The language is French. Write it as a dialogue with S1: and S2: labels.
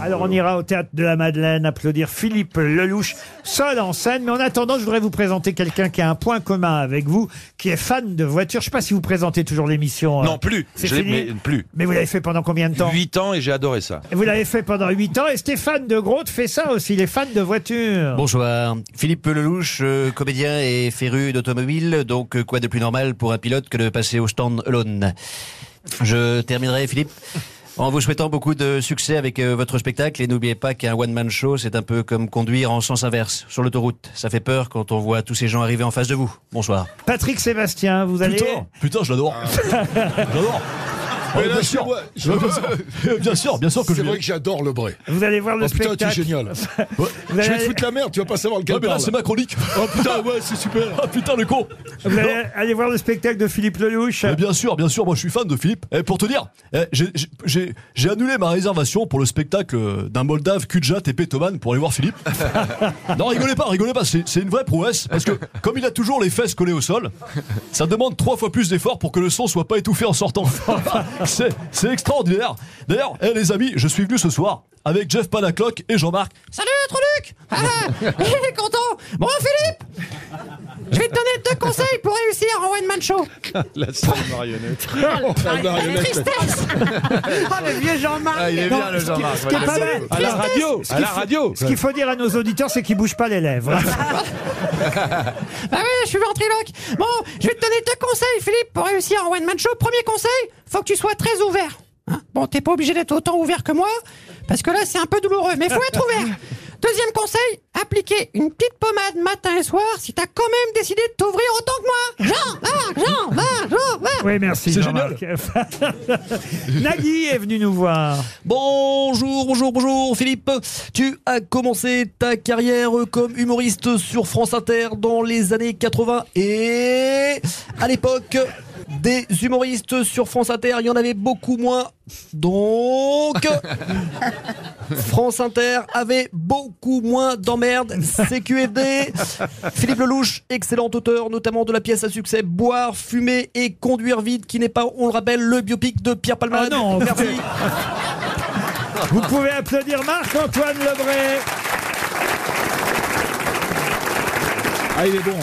S1: Alors on ira au théâtre de la Madeleine applaudir Philippe Lelouch, seul en scène. Mais en attendant, je voudrais vous présenter quelqu'un qui a un point commun avec vous, qui est fan de voitures. Je sais pas si vous présentez toujours l'émission. euh,
S2: Non, plus.
S1: C'est
S2: Je l'ai-
S1: fini.
S2: mais plus.
S1: Mais vous l'avez fait pendant combien de temps
S2: 8 ans et j'ai adoré ça.
S1: Vous l'avez fait pendant 8 ans et Stéphane de Grotte fait ça aussi, les fans de voitures.
S3: Bonsoir, Philippe Lelouch, euh, comédien et féru d'automobile, donc euh, quoi de plus normal pour un pilote que de passer au stand alone Je terminerai, Philippe, en vous souhaitant beaucoup de succès avec euh, votre spectacle et n'oubliez pas qu'un one-man show, c'est un peu comme conduire en sens inverse sur l'autoroute. Ça fait peur quand on voit tous ces gens arriver en face de vous. Bonsoir.
S1: Patrick Sébastien, vous allez...
S4: Putain, putain, je l'adore. J'adore.
S5: Ah. Mais
S4: Ouais,
S5: là,
S4: bien,
S5: je
S4: sûr.
S5: vois- je
S4: Ouais, bien
S5: vois-
S4: sûr, bien sûr, bien sûr que je
S5: C'est
S4: l'ai.
S5: vrai que j'adore le bray.
S1: Vous allez voir le
S5: Oh putain,
S1: spectacle.
S5: t'es génial.
S4: Ouais.
S1: Vous
S5: Je vais
S1: allez,
S5: te foutre la merde, tu vas pas savoir lequel
S4: Ouais, mais là,
S5: parle.
S4: c'est ma chronique.
S5: Oh putain, ouais, c'est super.
S4: Ah putain, le con.
S1: vous allez aller voir le spectacle de Philippe Lelouch.
S4: Mais Eh, bien sûr, bien sûr, moi je suis fan de Philippe. Et pour te dire, eh, j'ai- j'ai- j'ai j'ai annulé ma réservation pour le spectacle euh, d'un Moldave, Kudjat et Petoman pour aller voir Philippe. non, rigolez pas, rigolez pas, c'est c'est une vraie prouesse. Parce que comme il a toujours les fesses collées au sol, ça demande trois fois plus d'efforts pour que le son soit pas étouffé en sortant. c'est c'est extraordinaire. D'ailleurs, eh, les amis, je suis venu ce soir avec Jeff Panaclock et Jean-Marc.
S6: Salut, Troluc ah, Il est content Bon, Philippe Je vais te donner deux conseils pour réussir en one-man show.
S2: La seule marionnette.
S5: La marionnette.
S6: Tristesse Ah, le vieux Jean-Marc
S2: il est
S1: Non,
S2: bien le
S1: ce qui-
S2: Jean-Marc.
S1: ce qui est pas mal,
S2: À la radio. À la
S1: faut-
S2: radio.
S1: Ce qu'il faut dire à nos auditeurs, c'est qu'ils bougent pas les lèvres.
S6: Bah oui, je suis ventriloque Bon, je vais te donner deux conseils, Philippe, pour réussir en one-man show. Premier conseil, faut que tu sois très ouvert. Hein bon, t'es pas obligé d'être autant ouvert que moi, parce que là, c'est un peu douloureux, mais faut être ouvert Deuxième conseil, appliquer une petite pommade matin et soir si t'as quand même décidé de t'ouvrir autant que moi Jean, Jean, Jean, Jean, Jean, Jean.
S1: Oui, merci.
S4: C'est
S1: Jean-Marc. Nagui est venu nous voir.
S3: Bonjour, bonjour, bonjour Philippe. Tu as commencé ta carrière comme humoriste sur France Inter dans les années 80 et à l'époque des humoristes sur France Inter, il y en avait beaucoup moins. Donc France Inter avait beaucoup moins d'emmerdes. CQFD. Philippe Lelouch, excellent auteur, notamment de la pièce à succès Boire, fumer et conduire vite, qui n'est pas, on le rappelle, le biopic de Pierre Palmade.
S1: Ah non,
S3: Merci.
S1: Vous pouvez applaudir Marc-Antoine Lebré.
S5: Ah, il est bon.